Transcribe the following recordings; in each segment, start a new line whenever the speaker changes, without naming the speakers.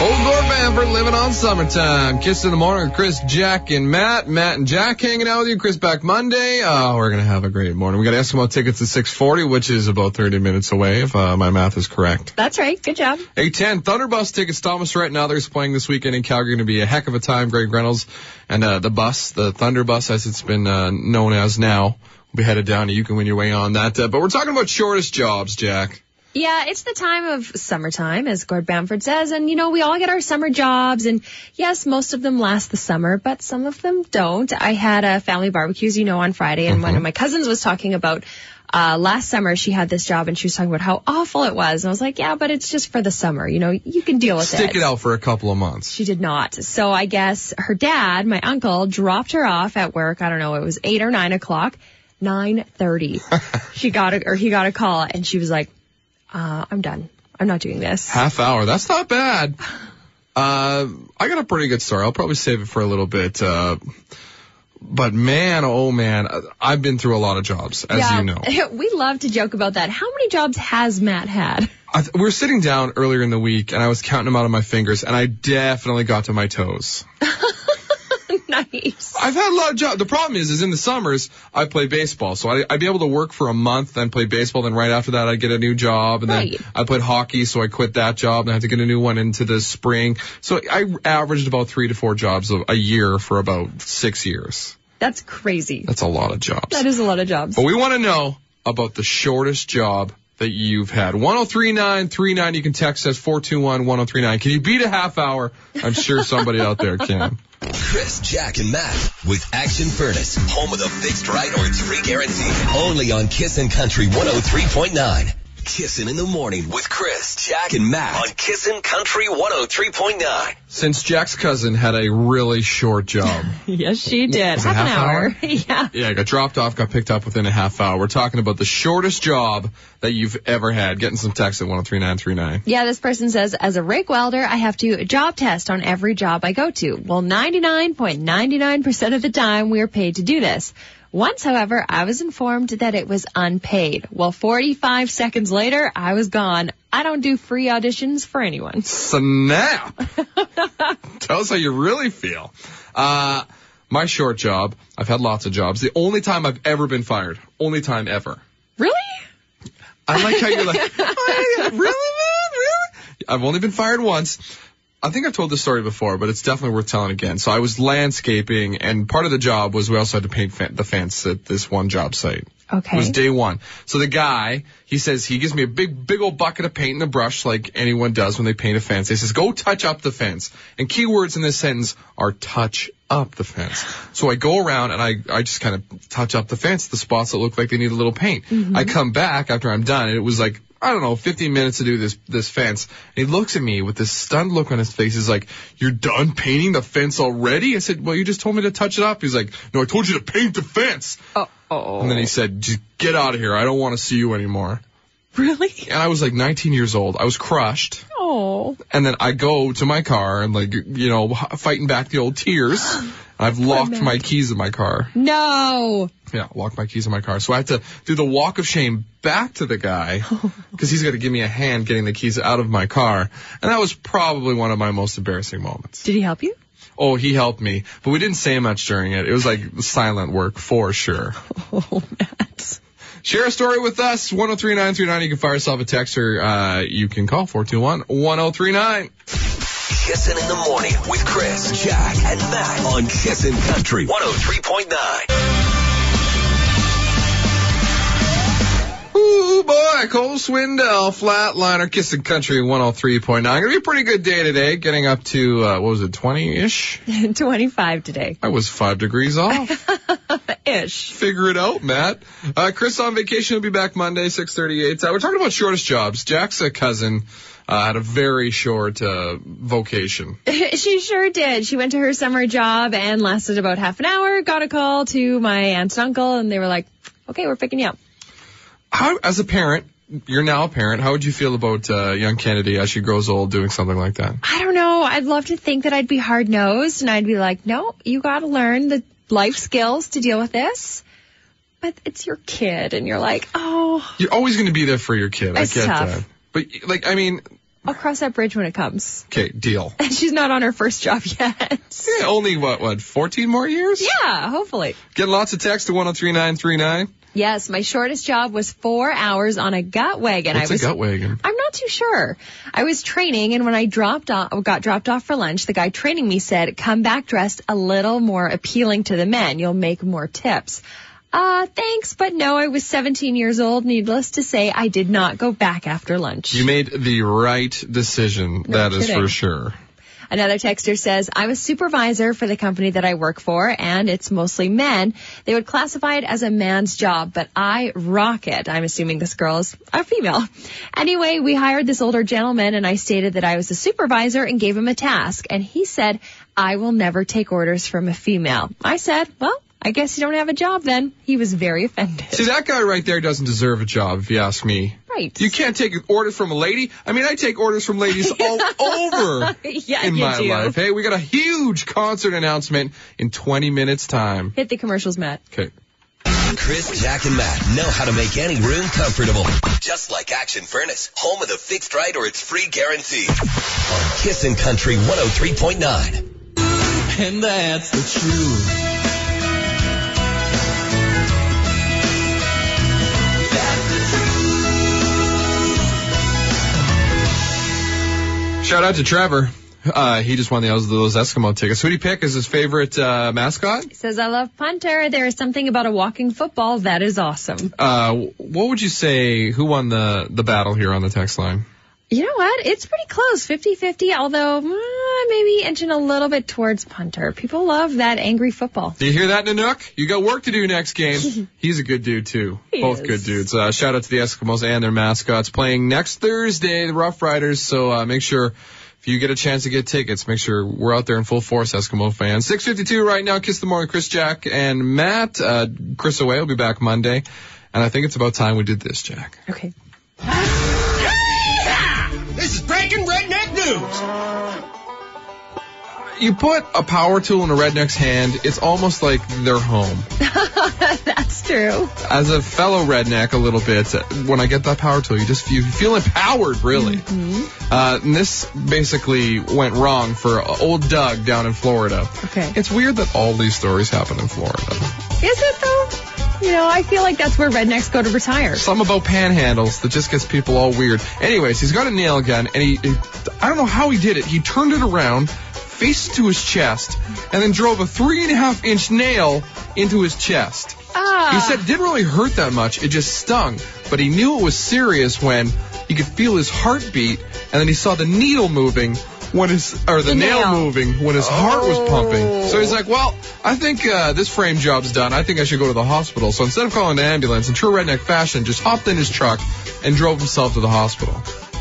Old Gore Bamber living on summertime. Kiss in the morning with Chris, Jack, and Matt. Matt and Jack hanging out with you. Chris back Monday. Uh, we're going to have a great morning. We got Eskimo tickets at 640, which is about 30 minutes away, if uh, my math is correct.
That's right. Good job.
810 Thunderbus tickets. Thomas right now, they're playing this weekend in Calgary. Going to be a heck of a time. Greg Reynolds and uh, the bus, the Thunder Bus, as it's been uh, known as now, will be headed down. You can win your way on that. Uh, but we're talking about shortest jobs, Jack.
Yeah, it's the time of summertime, as Gord Bamford says, and you know, we all get our summer jobs, and yes, most of them last the summer, but some of them don't. I had a family barbecue, as you know, on Friday, and one of my cousins was talking about uh, last summer she had this job, and she was talking about how awful it was, and I was like, yeah, but it's just for the summer, you know, you can deal with
Stick it out for a couple of months.
She did not. So I guess her dad, my uncle, dropped her off at work. I don't know. It was eight or nine o'clock. Nine thirty. she got a or he got a call, and she was like, uh, "I'm done. I'm not doing this."
Half hour. That's not bad. Uh, I got a pretty good story. I'll probably save it for a little bit. Uh, but man, oh man, I- I've been through a lot of jobs, as you know.
we love to joke about that. How many jobs has Matt had?
I th- we were sitting down earlier in the week, and I was counting them out on my fingers, and I definitely got to my toes.
nice.
I've had a lot of jobs. The problem is, is in the summers I play baseball, so I, I'd be able to work for a month, then play baseball, then right after that I'd get a new job, and
Right.
then I played hockey, so I quit that job, and I had to get a new one into the spring. So I averaged about three to four jobs a, a year for about six years.
That's crazy.
That's Oh. a lot of jobs.
That is a lot of jobs.
But we want to know about the shortest job that you've had. 103939, you can text us 421-1039. Can you beat a half hour? I'm sure somebody out there can.
Chris, Jack, and Matt with Action Furnace, home of the fixed right or three guarantee. Only on Kissin' Country 103.9. Kissin' in the morning with Chris, Jack, and Matt on Kissin' Country 103.9.
Since Jack's cousin had a really short job.
yes, she did.
Was it half hour?
yeah.
Yeah, I got dropped off, got picked up within a half hour. We're talking about the shortest job that you've ever had. Getting some text at 103939.
Yeah, this person says, as a rake welder, I have to job test on every job I go to. Well, 99.99% of the time, we are paid to do this. Once, however, I was informed that it was unpaid. Well, 45 seconds later, I was gone. I don't do free auditions for anyone.
Snap! Tell us how you really feel. Uh, my short job, I've had lots of jobs. The only time I've ever been fired. Only time ever.
Really?
I like how you're like, "Oh, yeah, really, man? Really? I've only been fired once. I think I've told this story before, but it's definitely worth telling again. So I was landscaping, and part of the job was we also had to paint fan- the fence at this one job site. It was
Okay.
day one. So the guy, he says, he gives me a big, big old bucket of paint and a brush like anyone does when they paint a fence. He says, go touch up the fence. And keywords in this sentence are touch up the fence. So I go around and I, I just kind of touch up the fence, the spots that look like they need a little paint. I come back after I'm done and it was like, I don't know, 15 minutes to do this, this fence. And he looks at me with this stunned look on his face. He's like, you're done painting the fence already? I said, well, you just told me to touch it up. He's like, no, I told you to paint the fence.
Oh.
And then he said, just get out of here. I don't want to see you anymore.
Really?
And I was like 19 years old. I was crushed.
Oh.
And then I go to my car and like, you know, h- fighting back the old tears. And I've locked my keys in my car.
No.
Yeah, locked my keys in my car. So I had to do the walk of shame back to the guy because he's going to give me a hand getting the keys out of my car. And that was probably one of my most embarrassing moments.
Did he help you?
Oh, he helped me, but we didn't say much during it. It was like silent work for sure.
Oh, Matt.
Share a story with us, 103939. You can fire us off a text or uh, you can call 421-1039.
Kissin' in the morning with Chris, Jack, and Matt on Kissin' Country 103.9.
Ooh, boy, Cole Swindell, Flatliner, Kissing Country 103.9. Gonna be a pretty good day today, getting up to, uh, what was it, 20-ish?
25 today.
I was five degrees off.
Ish.
Figure it out, Matt. Uh, Chris on vacation will be back Monday, 638. Uh, we're talking about shortest jobs. Jack's a cousin. Uh, had a very short uh, vocation.
she sure did. She went to her summer job and lasted about half an hour, got a call to my aunt and uncle, and they were like, okay, we're picking you up.
How, as a parent, you're now a parent. How would you feel about uh, young Kennedy as she grows old doing something like that?
I don't know. I'd love to think that I'd be hard nosed and I'd be like, no, you got to learn the life skills to deal with this. But it's your kid, and you're like, oh,
You're always going to be there for your kid.
It's
I get
tough.
that. But like, I mean,
I'll cross that bridge when it comes.
okay, deal.
And she's not on her first job yet.
Yeah, only what, what, 14 more years?
yeah, hopefully.
Getting lots of texts to 103939.
Yes, my shortest job was four hours on a gut wagon.
What's
I was
a gut wagon?
I'm not too sure. I was training, and when I dropped off, got dropped off for lunch, the guy training me said, "Come back dressed a little more appealing to the men. You'll make more tips." Uh, thanks, but no, I was 17 years old. Needless to say, I did not go back after lunch.
You made the right decision. that is
kidding.
for sure.
Another texter says, I'm a supervisor for the company that I work for, and it's mostly men. They would classify it as a man's job, but I rock it. I'm assuming this girl is a female. Anyway, we hired this older gentleman, and I stated that I was a supervisor and gave him a task. And he said, I will never take orders from a female. I said, well, I guess you don't have a job then. He was very offended.
See, that guy right there doesn't deserve a job, if you ask me.
Right.
You can't take orders from a lady. I mean, I take orders from ladies all over
Yeah,
in
you
my
do.
life. Hey, we got a huge concert announcement in 20 minutes time.
Hit the commercials, Matt.
Okay.
Chris, Jack, and Matt know how to make any room comfortable. Just like Action Furnace, home of the fixed right or its free guarantee. On Kissin' Country 103.9.
And that's the truth.
Shout out to Trevor. Uh, he just won the, those Eskimo tickets. Who do you pick as his favorite uh, mascot?
He says, I love punter. There is something about a walking football that is awesome.
Uh, what would you say? Who won the the battle here on the text line?
You know what? It's pretty close, 50-50, although mm, maybe inching a little bit towards punter. People love that angry football.
Do you hear that, Nanook? You got work to do next game. He's a good dude too.
He
Both
is.
good dudes. Uh, shout out to the Eskimos and their mascots playing next Thursday, the Rough Riders. So uh, make sure if you get a chance to get tickets, make sure we're out there in full force, Eskimo fans. 6:52 right now. Kiss the morning, Chris, Jack, and Matt. Uh, Chris away will be back Monday, and I think it's about time we did this, Jack.
Okay.
This is breaking redneck news.
You put a power tool in a redneck's hand, it's almost like they're home.
That's true.
as a fellow redneck a little bit, when I get that power tool, you just you feel empowered, really. Uh, and this basically went wrong for old Doug down in Florida.
Okay.
It's weird that all these stories happen in Florida.
Is it though? You know, I feel like that's where rednecks go to retire.
Some about panhandles that just gets people all weird. Anyways, he's got a nail gun, and he, he- I don't know how he did it. He turned it around, faced to his chest, and then drove a three and a half inch nail into his chest.
Ah.
He said it didn't really hurt that much. It just stung. But he knew it was serious when he could feel his heartbeat and then he saw the needle moving when his, or the,
The
nail.
nail.
moving when his heart was pumping. So he's like, well, I think, uh, this frame job's done. I think I should go to the hospital. So instead of calling an ambulance in true redneck fashion, just hopped in his truck and drove himself to the hospital.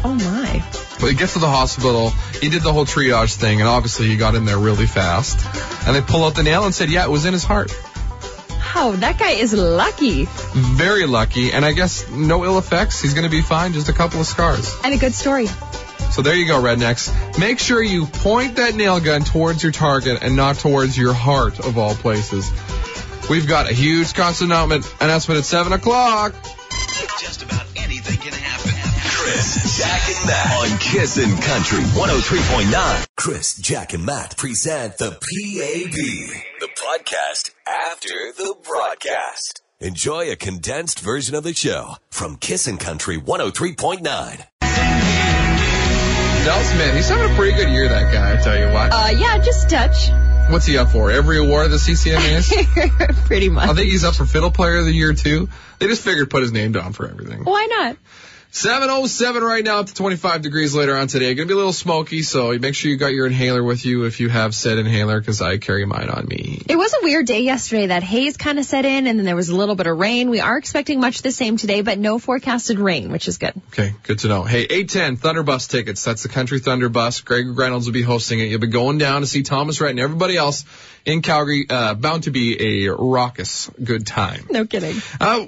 Oh my.
But he gets to the hospital, he did the whole triage thing, and obviously he got in there really fast. And they pull out the nail and said, yeah, it was in his heart.
Oh, that guy is lucky.
very lucky, and I guess no ill effects. He's going to be fine, just a couple of scars.
And a good story.
So there you go, rednecks. Make sure you point that nail gun towards your target and not towards your heart, of all places. We've got a huge concert announcement, announcement at 7 o'clock.
Just about anything can happen. Chris, Jack, and Matt on Kissin' Country 103.9. Chris, Jack, and Matt present the PAB, the podcast after the broadcast. Enjoy a condensed version of the show from Kissin' Country 103.9.
Del Smith, he's having a pretty good year, that guy, I tell you what.
Uh, yeah, just touch.
What's he up for? Every award of the CCMAs?
Pretty
I
much.
think he's up for Fiddle Player of the Year, too. They just figured put his name down for everything.
Why not?
707 right now, up to 25 degrees later on today. Gonna be a little smoky, so make sure you got your inhaler with you if you have said inhaler, because I carry mine on me.
It was a weird day yesterday. That haze kind of set in, and then there was a little bit of rain. We are expecting much the same today, but no forecasted rain, which is good.
Okay, good to know. Hey, 810 Thunder Bus tickets. That's the Country Thunder Bus. Greg Reynolds will be hosting it. You'll be going down to see Thomas Rhett and everybody else in Calgary. Uh, bound to be a raucous good time.
No kidding.
Uh,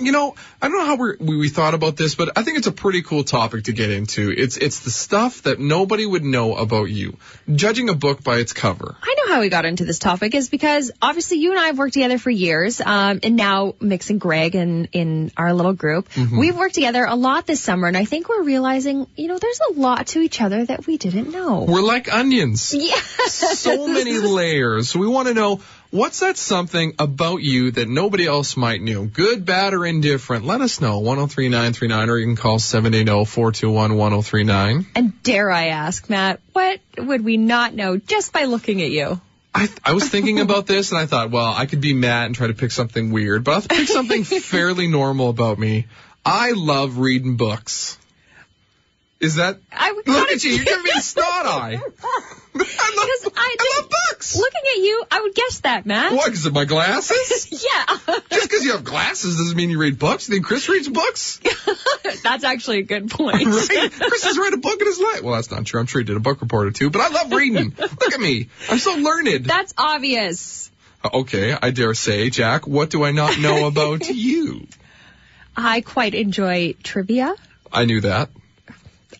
you know, I don't know how we're, we we thought about this, but I think it's a pretty cool topic to get into. It's it's the stuff that nobody would know about you. Judging a book by its cover.
I know how we got into this topic is because obviously you and I have worked together for years, um, and now Mix and Greg and in our little group,
Mm-hmm.
we've worked together a lot this summer, and I think we're realizing, you know, there's a lot to each other that we didn't know.
We're like onions.
Yes.
so many layers. We want to know what's that something about you that nobody else might know, good, bad, or indifferent. Let us know 103939, or you can call oh, 780-421-1039.
And dare I ask, Matt, what would we not know just by looking at you?
I, I was thinking about this and I thought, well, I could be Matt and try to pick something weird, but I'll pick something fairly normal about me. I love reading books. Is that?
I would
Look
kinda-
at you! You're giving me a snot eye. I love,
Because I
I
just-
love books.
Looking at you, I would guess that, Matt.
What? Is it my glasses?
Yeah,
Just because you have glasses doesn't mean you read books. You think Chris reads books?
that's actually a good point.
Right? Chris has read a book in his life. Well, that's not true. I'm sure he did a book report or two, but I love reading. Look at me. I'm so learned. Uh,
That's obvious.
okay, I dare say, Jack, what do I not know about you?
I quite enjoy trivia.
I knew that.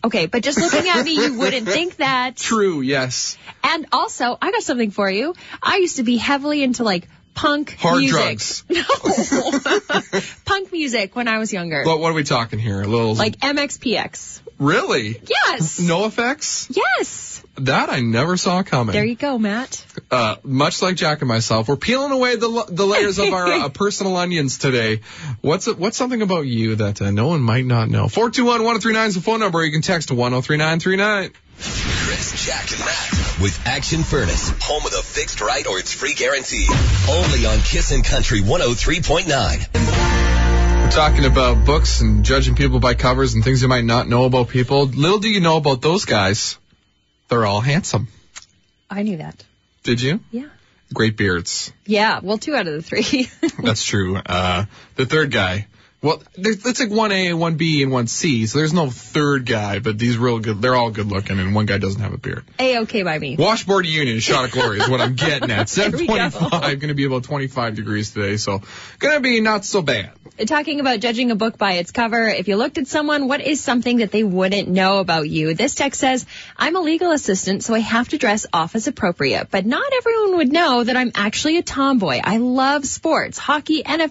Okay, but just looking at me, you wouldn't think that.
True, yes.
And also, I got something for you. I used to be heavily into like punk
Hard
music.
drugs.
No. punk music when I was younger.
But what are we talking here? A little
like MXPX.
really?
Yes.
No effects?
Yes.
That I never saw coming.
There you go, Matt.
uh, much like Jack and myself, we're peeling away the, the layers of our uh, personal onions today. What's what's something about you that uh, no one might not know? 421-1039 is the phone number. You can text 103939.
Chris, Jack, and Matt with Action Furnace, home of the fixed right or its free guarantee. Only on Kissin' Country 103.9.
We're talking about books and judging people by covers and things you might not know about people. Little do you know about those guys, they're all handsome.
I knew that.
Did you?
Yeah.
Great beards.
Yeah. Well, two out of the three.
That's true. Uh, the third guy. Well, there- that's like one A, one B, and one C. So there's no third guy, but these real good. They're all good looking, and one guy doesn't have a beard.
A okay by me.
Washboard Union, shot of glory is what I'm getting at.
we go.
725, going to be about 25 degrees today, so going to be not so bad.
Talking about judging a book by its cover, if you looked at someone, what is something that they wouldn't know about you? This text says, I'm a legal assistant, so I have to dress office appropriate, but not everyone would know that I'm actually a tomboy. I love sports, hockey, NFL,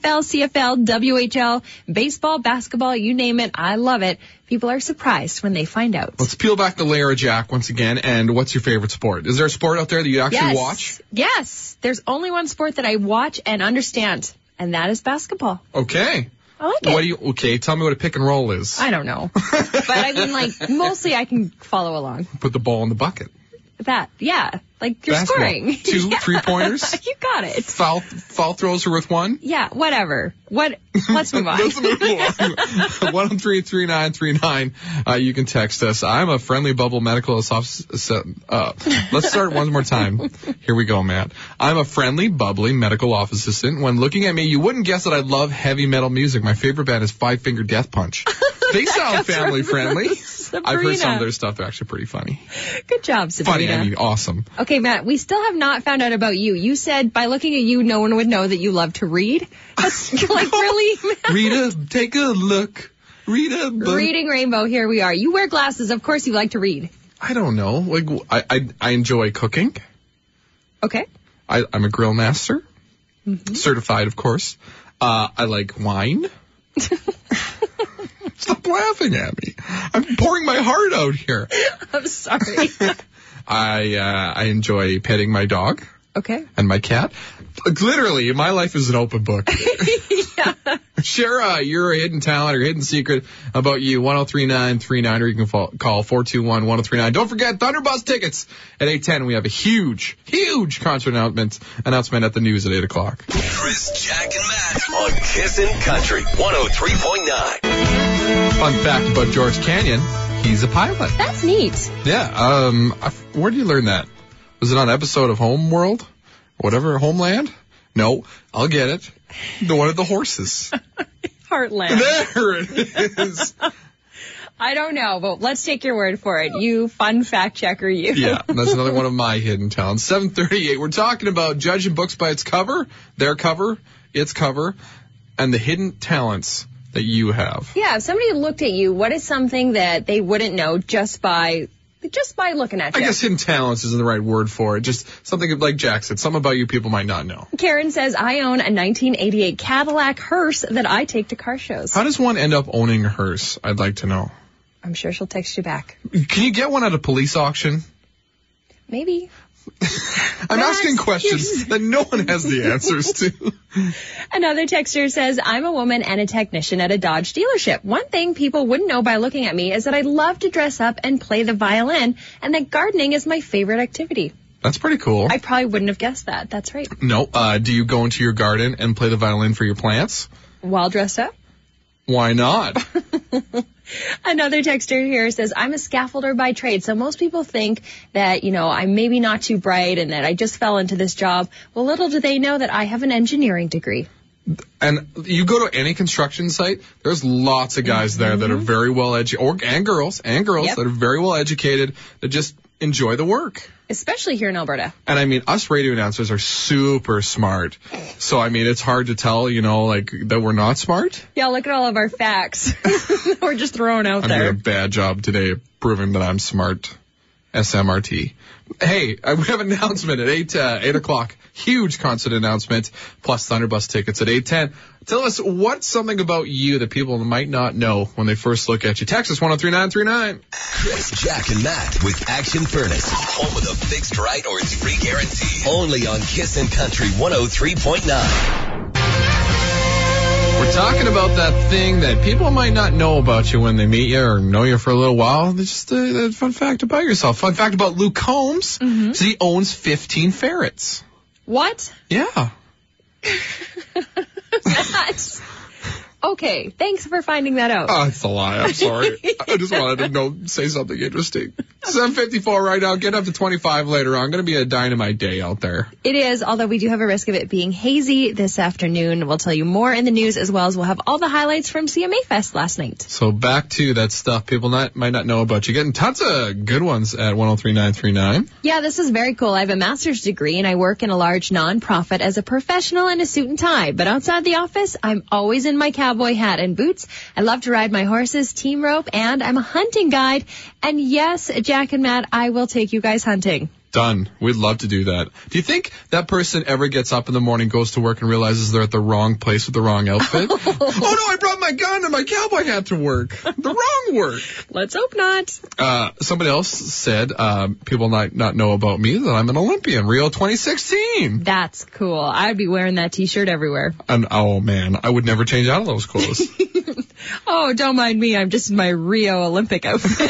CFL, WHL, baseball, basketball, you name it. I love it. People are surprised when they find out.
Let's peel back the layer of Jack once again, and what's your favorite sport? Is there a sport out there that you actually
yes.
watch?
Yes. There's only one sport that I watch and understand, and that is basketball.
Okay.
I like it.
What do you, okay, tell me what a pick and roll is.
I don't know. but I mean, like, mostly I can follow along.
Put the ball in the bucket.
That, yeah. Like you're
Basketball.
scoring.
Two
Yeah.
three pointers.
you got it.
Foul, foul throws are worth one.
Yeah, whatever. What? Let's move on.
Let's move on. One three three nine three nine. Uh, you can text us. I'm a friendly bubble medical asso- asso- uh, Let's start one more time. Here we go, Matt. I'm a friendly, bubbly medical office assistant. When looking at me, you wouldn't guess that I love heavy metal music. My favorite band is Five Finger Death Punch. They sound family friendly. I've heard some of their stuff. They're actually pretty funny.
Good job,
Funny,
Sabrina.
I mean, awesome.
okay, Matt, we still have not found out about you. You said by looking at you, no one would know that you love to read. That's like really.
Rita, take a look. Rita, book.
Reading Rainbow, here we are. You wear glasses, of course you like to read.
I don't know. Like, w- I, I, I enjoy cooking.
Okay.
I, I'm a grill master, certified, of course. Uh, I like wine. Stop laughing at me. I'm pouring my heart out here.
I'm sorry.
I uh, I enjoy petting my dog
okay.
and my cat. Like, Literally, my life is an open book. Share uh, your hidden talent or hidden secret about you, 103939, or you can fall, call 421-1039. Don't forget, Thunderbus tickets at 810. We have a huge, huge concert announcement, announcement at the news at 8 o'clock.
Chris, Jack, and Matt on Kissin' Country 103.9.
Fun fact about George Canyon, he's a pilot.
That's neat.
Yeah, um, I- where did you learn that? Was it on an episode of Home World? Whatever, Homeland? No, I'll get it. The one of the horses.
Heartland.
there it is.
I don't know, but let's take your word for it. You fun fact checker, you.
Yeah, that's another one of my hidden talents. 738, we're talking about judging books by its cover, their cover, its cover. and the hidden talents that you have.
Yeah, if somebody looked at you, what is something that they wouldn't know just by just by looking at
I
you?
guess hidden talents isn't the right word for it. Just something like Jack said, something about you people might not know.
Karen says, I own a 1988 Cadillac hearse that I take to car shows.
How does one end up owning a hearse? I'd like to know.
I'm sure she'll text you back.
Can you get one at a police auction?
Maybe.
I'm
That's-
asking questions that no one has the answers to.
Another texter says, I'm a woman and a technician at a Dodge dealership. One thing people wouldn't know by looking at me is that I love to dress up and play the violin and that gardening is my favorite activity.
That's pretty cool.
I probably wouldn't have guessed that. That's right.
no, uh, do you go into your garden and play the violin for your plants?
While dressed up.
Why not?
Another texter here says, I'm a scaffolder by trade. So most people think that, you know, I'm maybe not too bright and that I just fell into this job. Well, little do they know that I have an engineering degree.
And you go to any construction site, there's lots of guys there that are very well educated, or and girls and girls
Mm-hmm. Yep.
that are very well educated that just enjoy the work.
Especially here in Alberta.
And I mean, us radio announcers are super smart. So I mean, it's hard to tell, you know, like that we're not smart.
Yeah, look at all of our facts. We're just throwing out
I'm
there.
doing a bad job today of proving that I'm smart. SMRT. Hey, uh, we have an announcement at eight uh, eight o'clock. Huge concert announcement. Plus Thunderbus tickets at eight ten. Tell us what's something about you that people might not know when they first look at you. Text us one zero three nine three nine.
Chris, Jack, and Matt with Action Furnace, home of the fixed right or free guarantee. Only on Kiss and Country 103.9.
We're talking about that thing that people might not know about you when they meet you or know you for a little while. It's just uh, a, a fun fact about yourself. Fun fact about Luke Combs. So he owns fifteen ferrets.
What?
Yeah.
That's- okay, thanks for finding that out.
Oh, it's a lie. I'm sorry. I just wanted to know, say something interesting. 754 right now. Get up to 25 later on. Going to be a dynamite day out there.
It is, although we do have a risk of it being hazy this afternoon. We'll tell you more in the news as well as we'll have all the highlights from CMA Fest last night.
So back to that stuff people not, might not know about you. Getting tons of good ones at 103939.
Yeah, this is very cool. I have a master's degree and I work in a large nonprofit as a professional in a suit and tie. But outside the office, I'm always in my cowboy hat and boots. I love to ride my horses, team rope, and I'm a hunting guide. And yes, Jack and Matt, I will take you guys hunting.
Done. We'd love to do that. Do you think that person ever gets up in the morning, goes to work, and realizes they're at the wrong place with the wrong outfit? oh no, I brought my gun and my cowboy hat to work. The wrong work.
Let's hope not.
Uh, somebody else said, um, people not, not know about me that I'm an Olympian, Rio 2016.
That's cool. I'd be wearing that t-shirt everywhere.
And oh man, I would never change out of those clothes.
Oh, don't mind me. I'm just in my Rio Olympic outfit.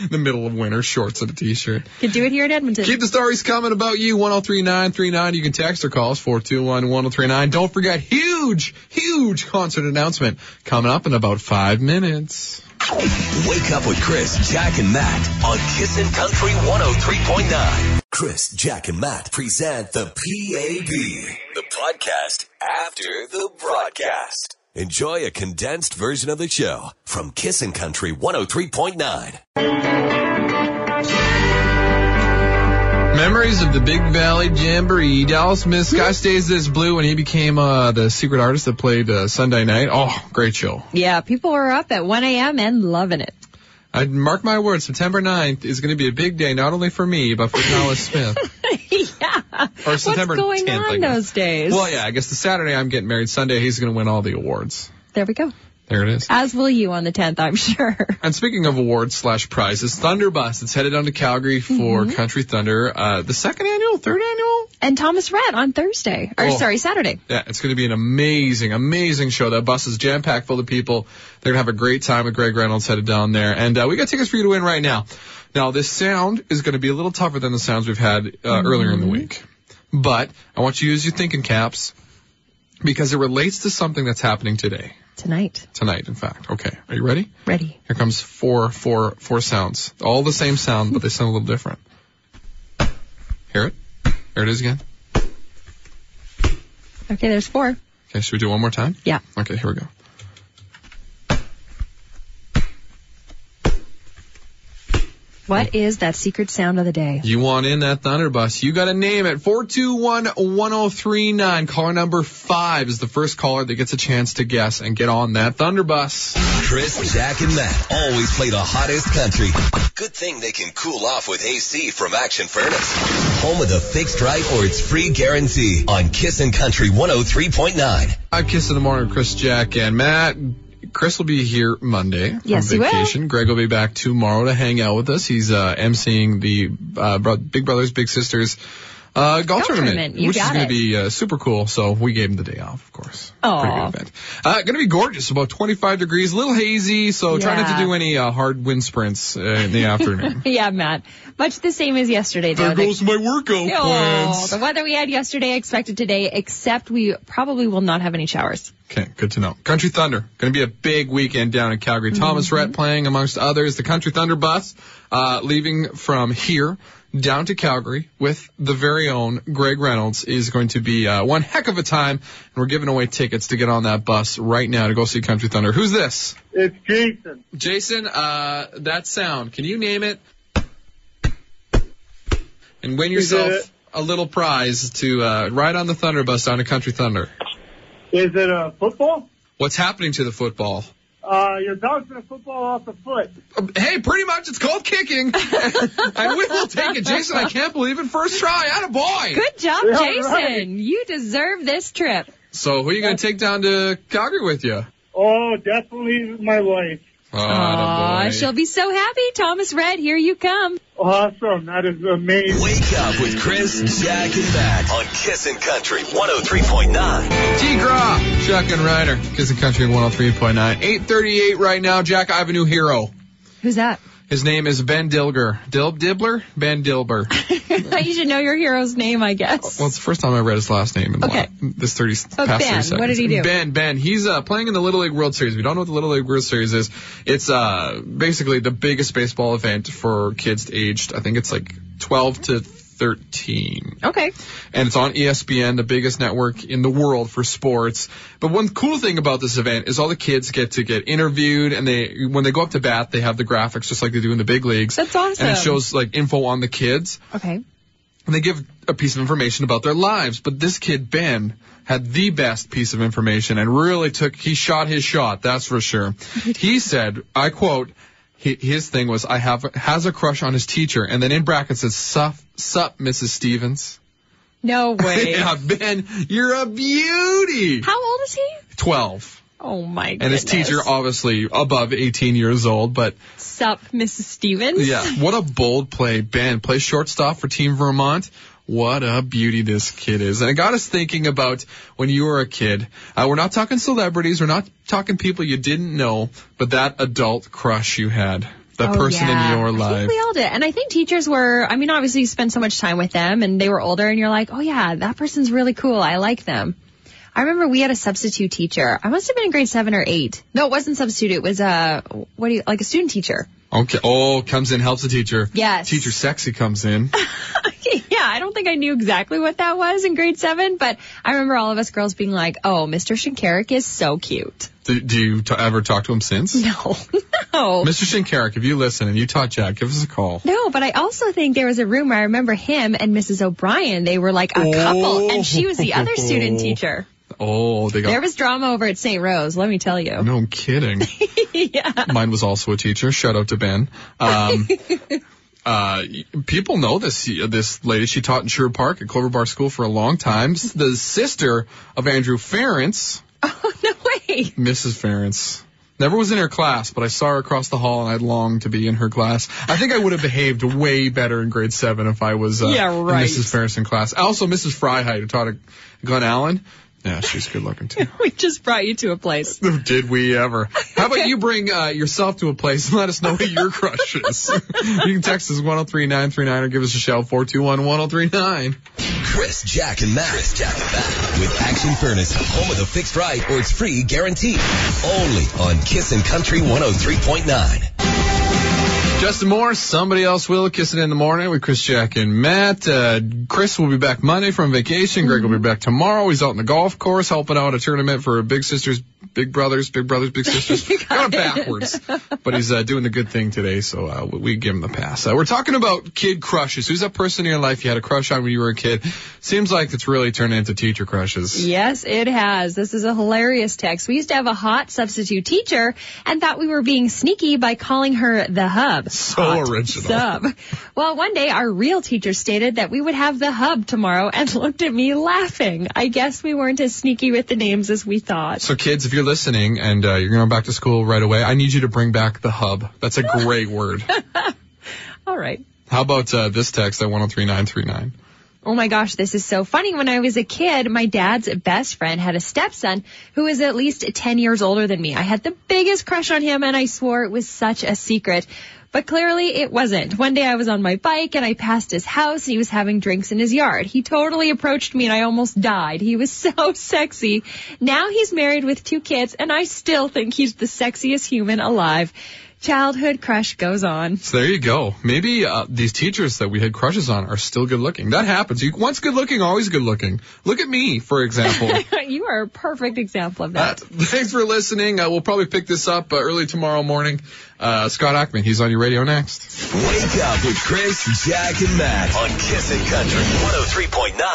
In the middle of winter, shorts and a t-shirt.
Could do it here in Edmonton.
Keep the stories coming about you, 103939. You can text or call us, 421-1039. Don't forget, huge, huge concert announcement coming up in about five minutes.
Wake up with Chris, Jack, and Matt on Kiss and Country 103.9. Chris, Jack, and Matt present the PAB, the podcast after the broadcast. Enjoy a condensed version of the show from Kiss and Country 103.9.
Memories of the Big Valley Jamboree. Dallas Miss Sky Stays This Blue, and he became uh, the secret artist that played uh, Sunday night. Oh, great show.
yeah, people were up at 1 a.m. and loving it.
I mark my words, September 9th is going to be a big day, not only for me, but for Dallas Smith.
yeah.
Or September
What's going
10th, I
on
guess.
those days?
Well, yeah, I guess the Saturday I'm getting married. Sunday he's going to win all the awards.
There we go.
There it is.
As will you on the 10th, I'm sure.
And speaking of awards slash prizes, Thunderbus it's headed down to Calgary for
Mm-hmm.
Country Thunder, uh, the second annual, third annual.
And Thomas Rhett on Thursday. Or,
Oh.
sorry, Saturday.
Yeah, it's going to be an amazing, amazing show. That bus is jam packed full of people. They're going to have a great time with Greg Reynolds headed down there, and uh, we got tickets for you to win right now. Now this sound is going to be a little tougher than the sounds we've had uh, earlier in the week, but I want you to use your thinking caps because it relates to something that's happening today.
Tonight.
tonight, in fact. Okay, are you ready?
Ready.
Here comes four, four, four sounds. All the same sound, but they sound a little different. Hear it? Here it is again.
Okay, there's four.
Okay, should we do it one more time?
Yeah.
Okay, here we go.
What is that secret sound of the day?
You want in that Thunderbus. You got to name it. 421-1039. Caller number five is the first caller that gets a chance to guess and get on that Thunderbus.
Chris, Jack, and Matt always play the hottest country. Good thing they can cool off with AC from Action Furnace. Home of the fixed right or its free guarantee on Kissin' Country 103.9.
I'm Kiss in the Morning with Chris, Jack, and Matt. Chris will be here Monday
Yes, he
from
will.
vacation. Greg will be back tomorrow to hang out with us. He's uh, emceeing the uh, bro- Big Brothers Big Sisters uh, golf,
Golf
tournament,
tournament. You
which is
got
going to
it.
be uh, super cool. So we gave him the day off, of course.
Aw.
Pretty good event. Uh, going to be gorgeous, about 25 degrees, a little hazy. So try not to
Yeah.
do any uh, hard wind sprints uh, in the afternoon.
Yeah, Matt. Much the same as yesterday, though.
There
The-
goes my workout
Oh,
plans.
the weather we had yesterday expected today, except we probably will not have any showers.
Okay, good to know. Country Thunder, going to be a big weekend down in Calgary. Thomas Rhett playing amongst others. The Country Thunder bus uh, leaving from here down to Calgary with the very own Greg Reynolds is going to be uh, one heck of a time, and we're giving away tickets to get on that bus right now to go see Country Thunder. Who's this?
It's Jason.
Jason, uh, that sound. Can you name it? And win
did
yourself
it.
a little prize to uh, ride on the Thunder bus down to Country Thunder.
Is it a football?
What's happening to the football?
Uh, you're bouncing a football off the foot.
Hey, pretty much it's called kicking. I will take it, Jason. I can't believe it. First try, out of boy.
Good job,
Yeah,
Jason.
right.
You deserve this trip.
So who are you gonna take down to Calgary with you?
Oh, definitely my wife.
Aw, she'll be so happy. Thomas Red, here you come.
Awesome. That is amazing.
Wake up with Chris, Jack, and Matt on Kissin' Country 103.9.
T. Gras, Jack and Ryder, Kiss the Country 103.9, 838 right now. Jack, I have a new hero.
Who's that?
His name is Ben Dilger. Dilb Dibbler? Ben Dilber.
you should know your hero's name, I guess.
Well, it's the first time I read his last name in the
Okay.
la- this 30
But
past
Ben,
30 seconds.
what did he do?
Ben, Ben, he's uh, playing in the Little League World Series. We don't know what the Little League World Series is. It's uh, basically the biggest baseball event for kids aged, I think it's like 12 to 13
okay.
and it's on E ESPN, the biggest network in the world for sports. But one cool thing about this event is all the kids get to get interviewed, and they when they go up to bat, they have the graphics just like they do in the big leagues.
That's awesome.
And it shows like info on the kids,
Okay.
and they give a piece of information about their lives. But this kid Ben had the best piece of information and really took he shot his shot. That's for sure. he said, I quote. hi- His thing was, I have has a crush on his teacher, and then in brackets it's sup, sup, Mrs. Stevens.
No way.
Yeah, Ben, you're a beauty.
How old is he?
12.
Oh my god.
And his teacher, obviously, above 18 years old. But
Sup, Mrs. Stevens.
yeah, what a bold play. Ben plays shortstop for Team Vermont. What a beauty this kid is. And it got us thinking about when you were a kid. Uh, we're not talking celebrities. We're not talking people you didn't know, but that adult crush you had, that
Oh,
person
yeah.
in your
I
life.
think we all did. And I think teachers were, I mean, obviously you spend so much time with them and they were older and you're like, oh yeah, that person's really cool. I like them. I remember we had a substitute teacher. I must have been in grade seven or eight. No, it wasn't substitute. It was uh, what do you, like a student teacher.
Okay. Oh, comes in, helps the teacher.
Yes.
Teacher sexy comes in.
yeah, I don't think I knew exactly what that was in grade seven, but I remember all of us girls being like, oh, Mr. Shinkarik is so cute.
do, do you t- ever talk to him since?
No, no.
Mr. Shinkarik, if you listen and you taught Jack, give us a call.
No, but I also think there was a rumor. I remember him and Mrs. O'Brien. They were like a couple, and she was the other student teacher.
Oh, they got
There was drama over at St. Rose. Let me tell you.
no kidding.
yeah.
Mine was also a teacher. Shout out to Ben. Um, uh, people know this this lady. She taught in Sherwood Park at Clover Bar School for a long time. This is the sister of Andrew Ference,
Oh no way.
Mrs. Ference. Never was in her class, but I saw her across the hall and I longed to be in her class. I think I would have behaved way better in grade seven if I was uh,
Yeah, right.
in Mrs. Ferris in class. Also, Mrs. Fryheit, who taught at Glen Allen. Yeah, she's good looking too.
We just brought you to a place.
Did we ever? How about you bring uh, yourself to a place and let us know what your crush is? you can text us 103939 or give us a shout 421 1039.
Chris, Jack, and Matt. Chris, Jack, and Matt. With Action Furnace, home of the fixed right or its free oh guarantee. Only on Kissin' Country 103.9.
Justin Moore, somebody else will kiss it in the morning with Chris, Jack, and Matt. Uh, Chris will be back Monday from vacation. Greg will
Mm-hmm.
be back tomorrow. He's out in the golf course helping out a tournament for Big Sisters, Big Brothers, Big Brothers, Big Sisters.
You got
Got it
it.
backwards, but he's uh, doing the good thing today, so uh, we- we give him the pass. Uh, we're talking about kid crushes. Who's that person in your life you had a crush on when you were a kid? Seems like it's really turned into teacher crushes.
Yes, it has. This is a hilarious text. We used to have a hot substitute teacher and thought we were being sneaky by calling her the hub.
So
Hot
original.
Sub. Well, one day our real teacher stated that we would have the hub tomorrow and looked at me laughing. I guess we weren't as sneaky with the names as we thought.
So kids, if you're listening and uh, you're going back to school right away, I need you to bring back the hub. That's a great word.
All right.
How about uh, this text at 103939?
Oh my gosh, this is so funny. When I was a kid, my dad's best friend had a stepson who was at least 10 years older than me. I had the biggest crush on him and I swore it was such a secret. But clearly it wasn't. One day I was on my bike and I passed his house and he was having drinks in his yard. He totally approached me and I almost died. He was so sexy. Now he's married with two kids and I still think he's the sexiest human alive. Childhood crush goes on.
So there you go. Maybe uh, these teachers that we had crushes on are still good looking. That happens. You, once good looking, always good looking. Look at me, for example.
you are a perfect example of
Uh,
that.
thanks for listening. Uh, we'll probably pick this up uh, early tomorrow morning. Uh, Scott Ackman, he's on your radio next.
oh Wake up with Chris, Jack, and Matt on Kissin' Country 103.9.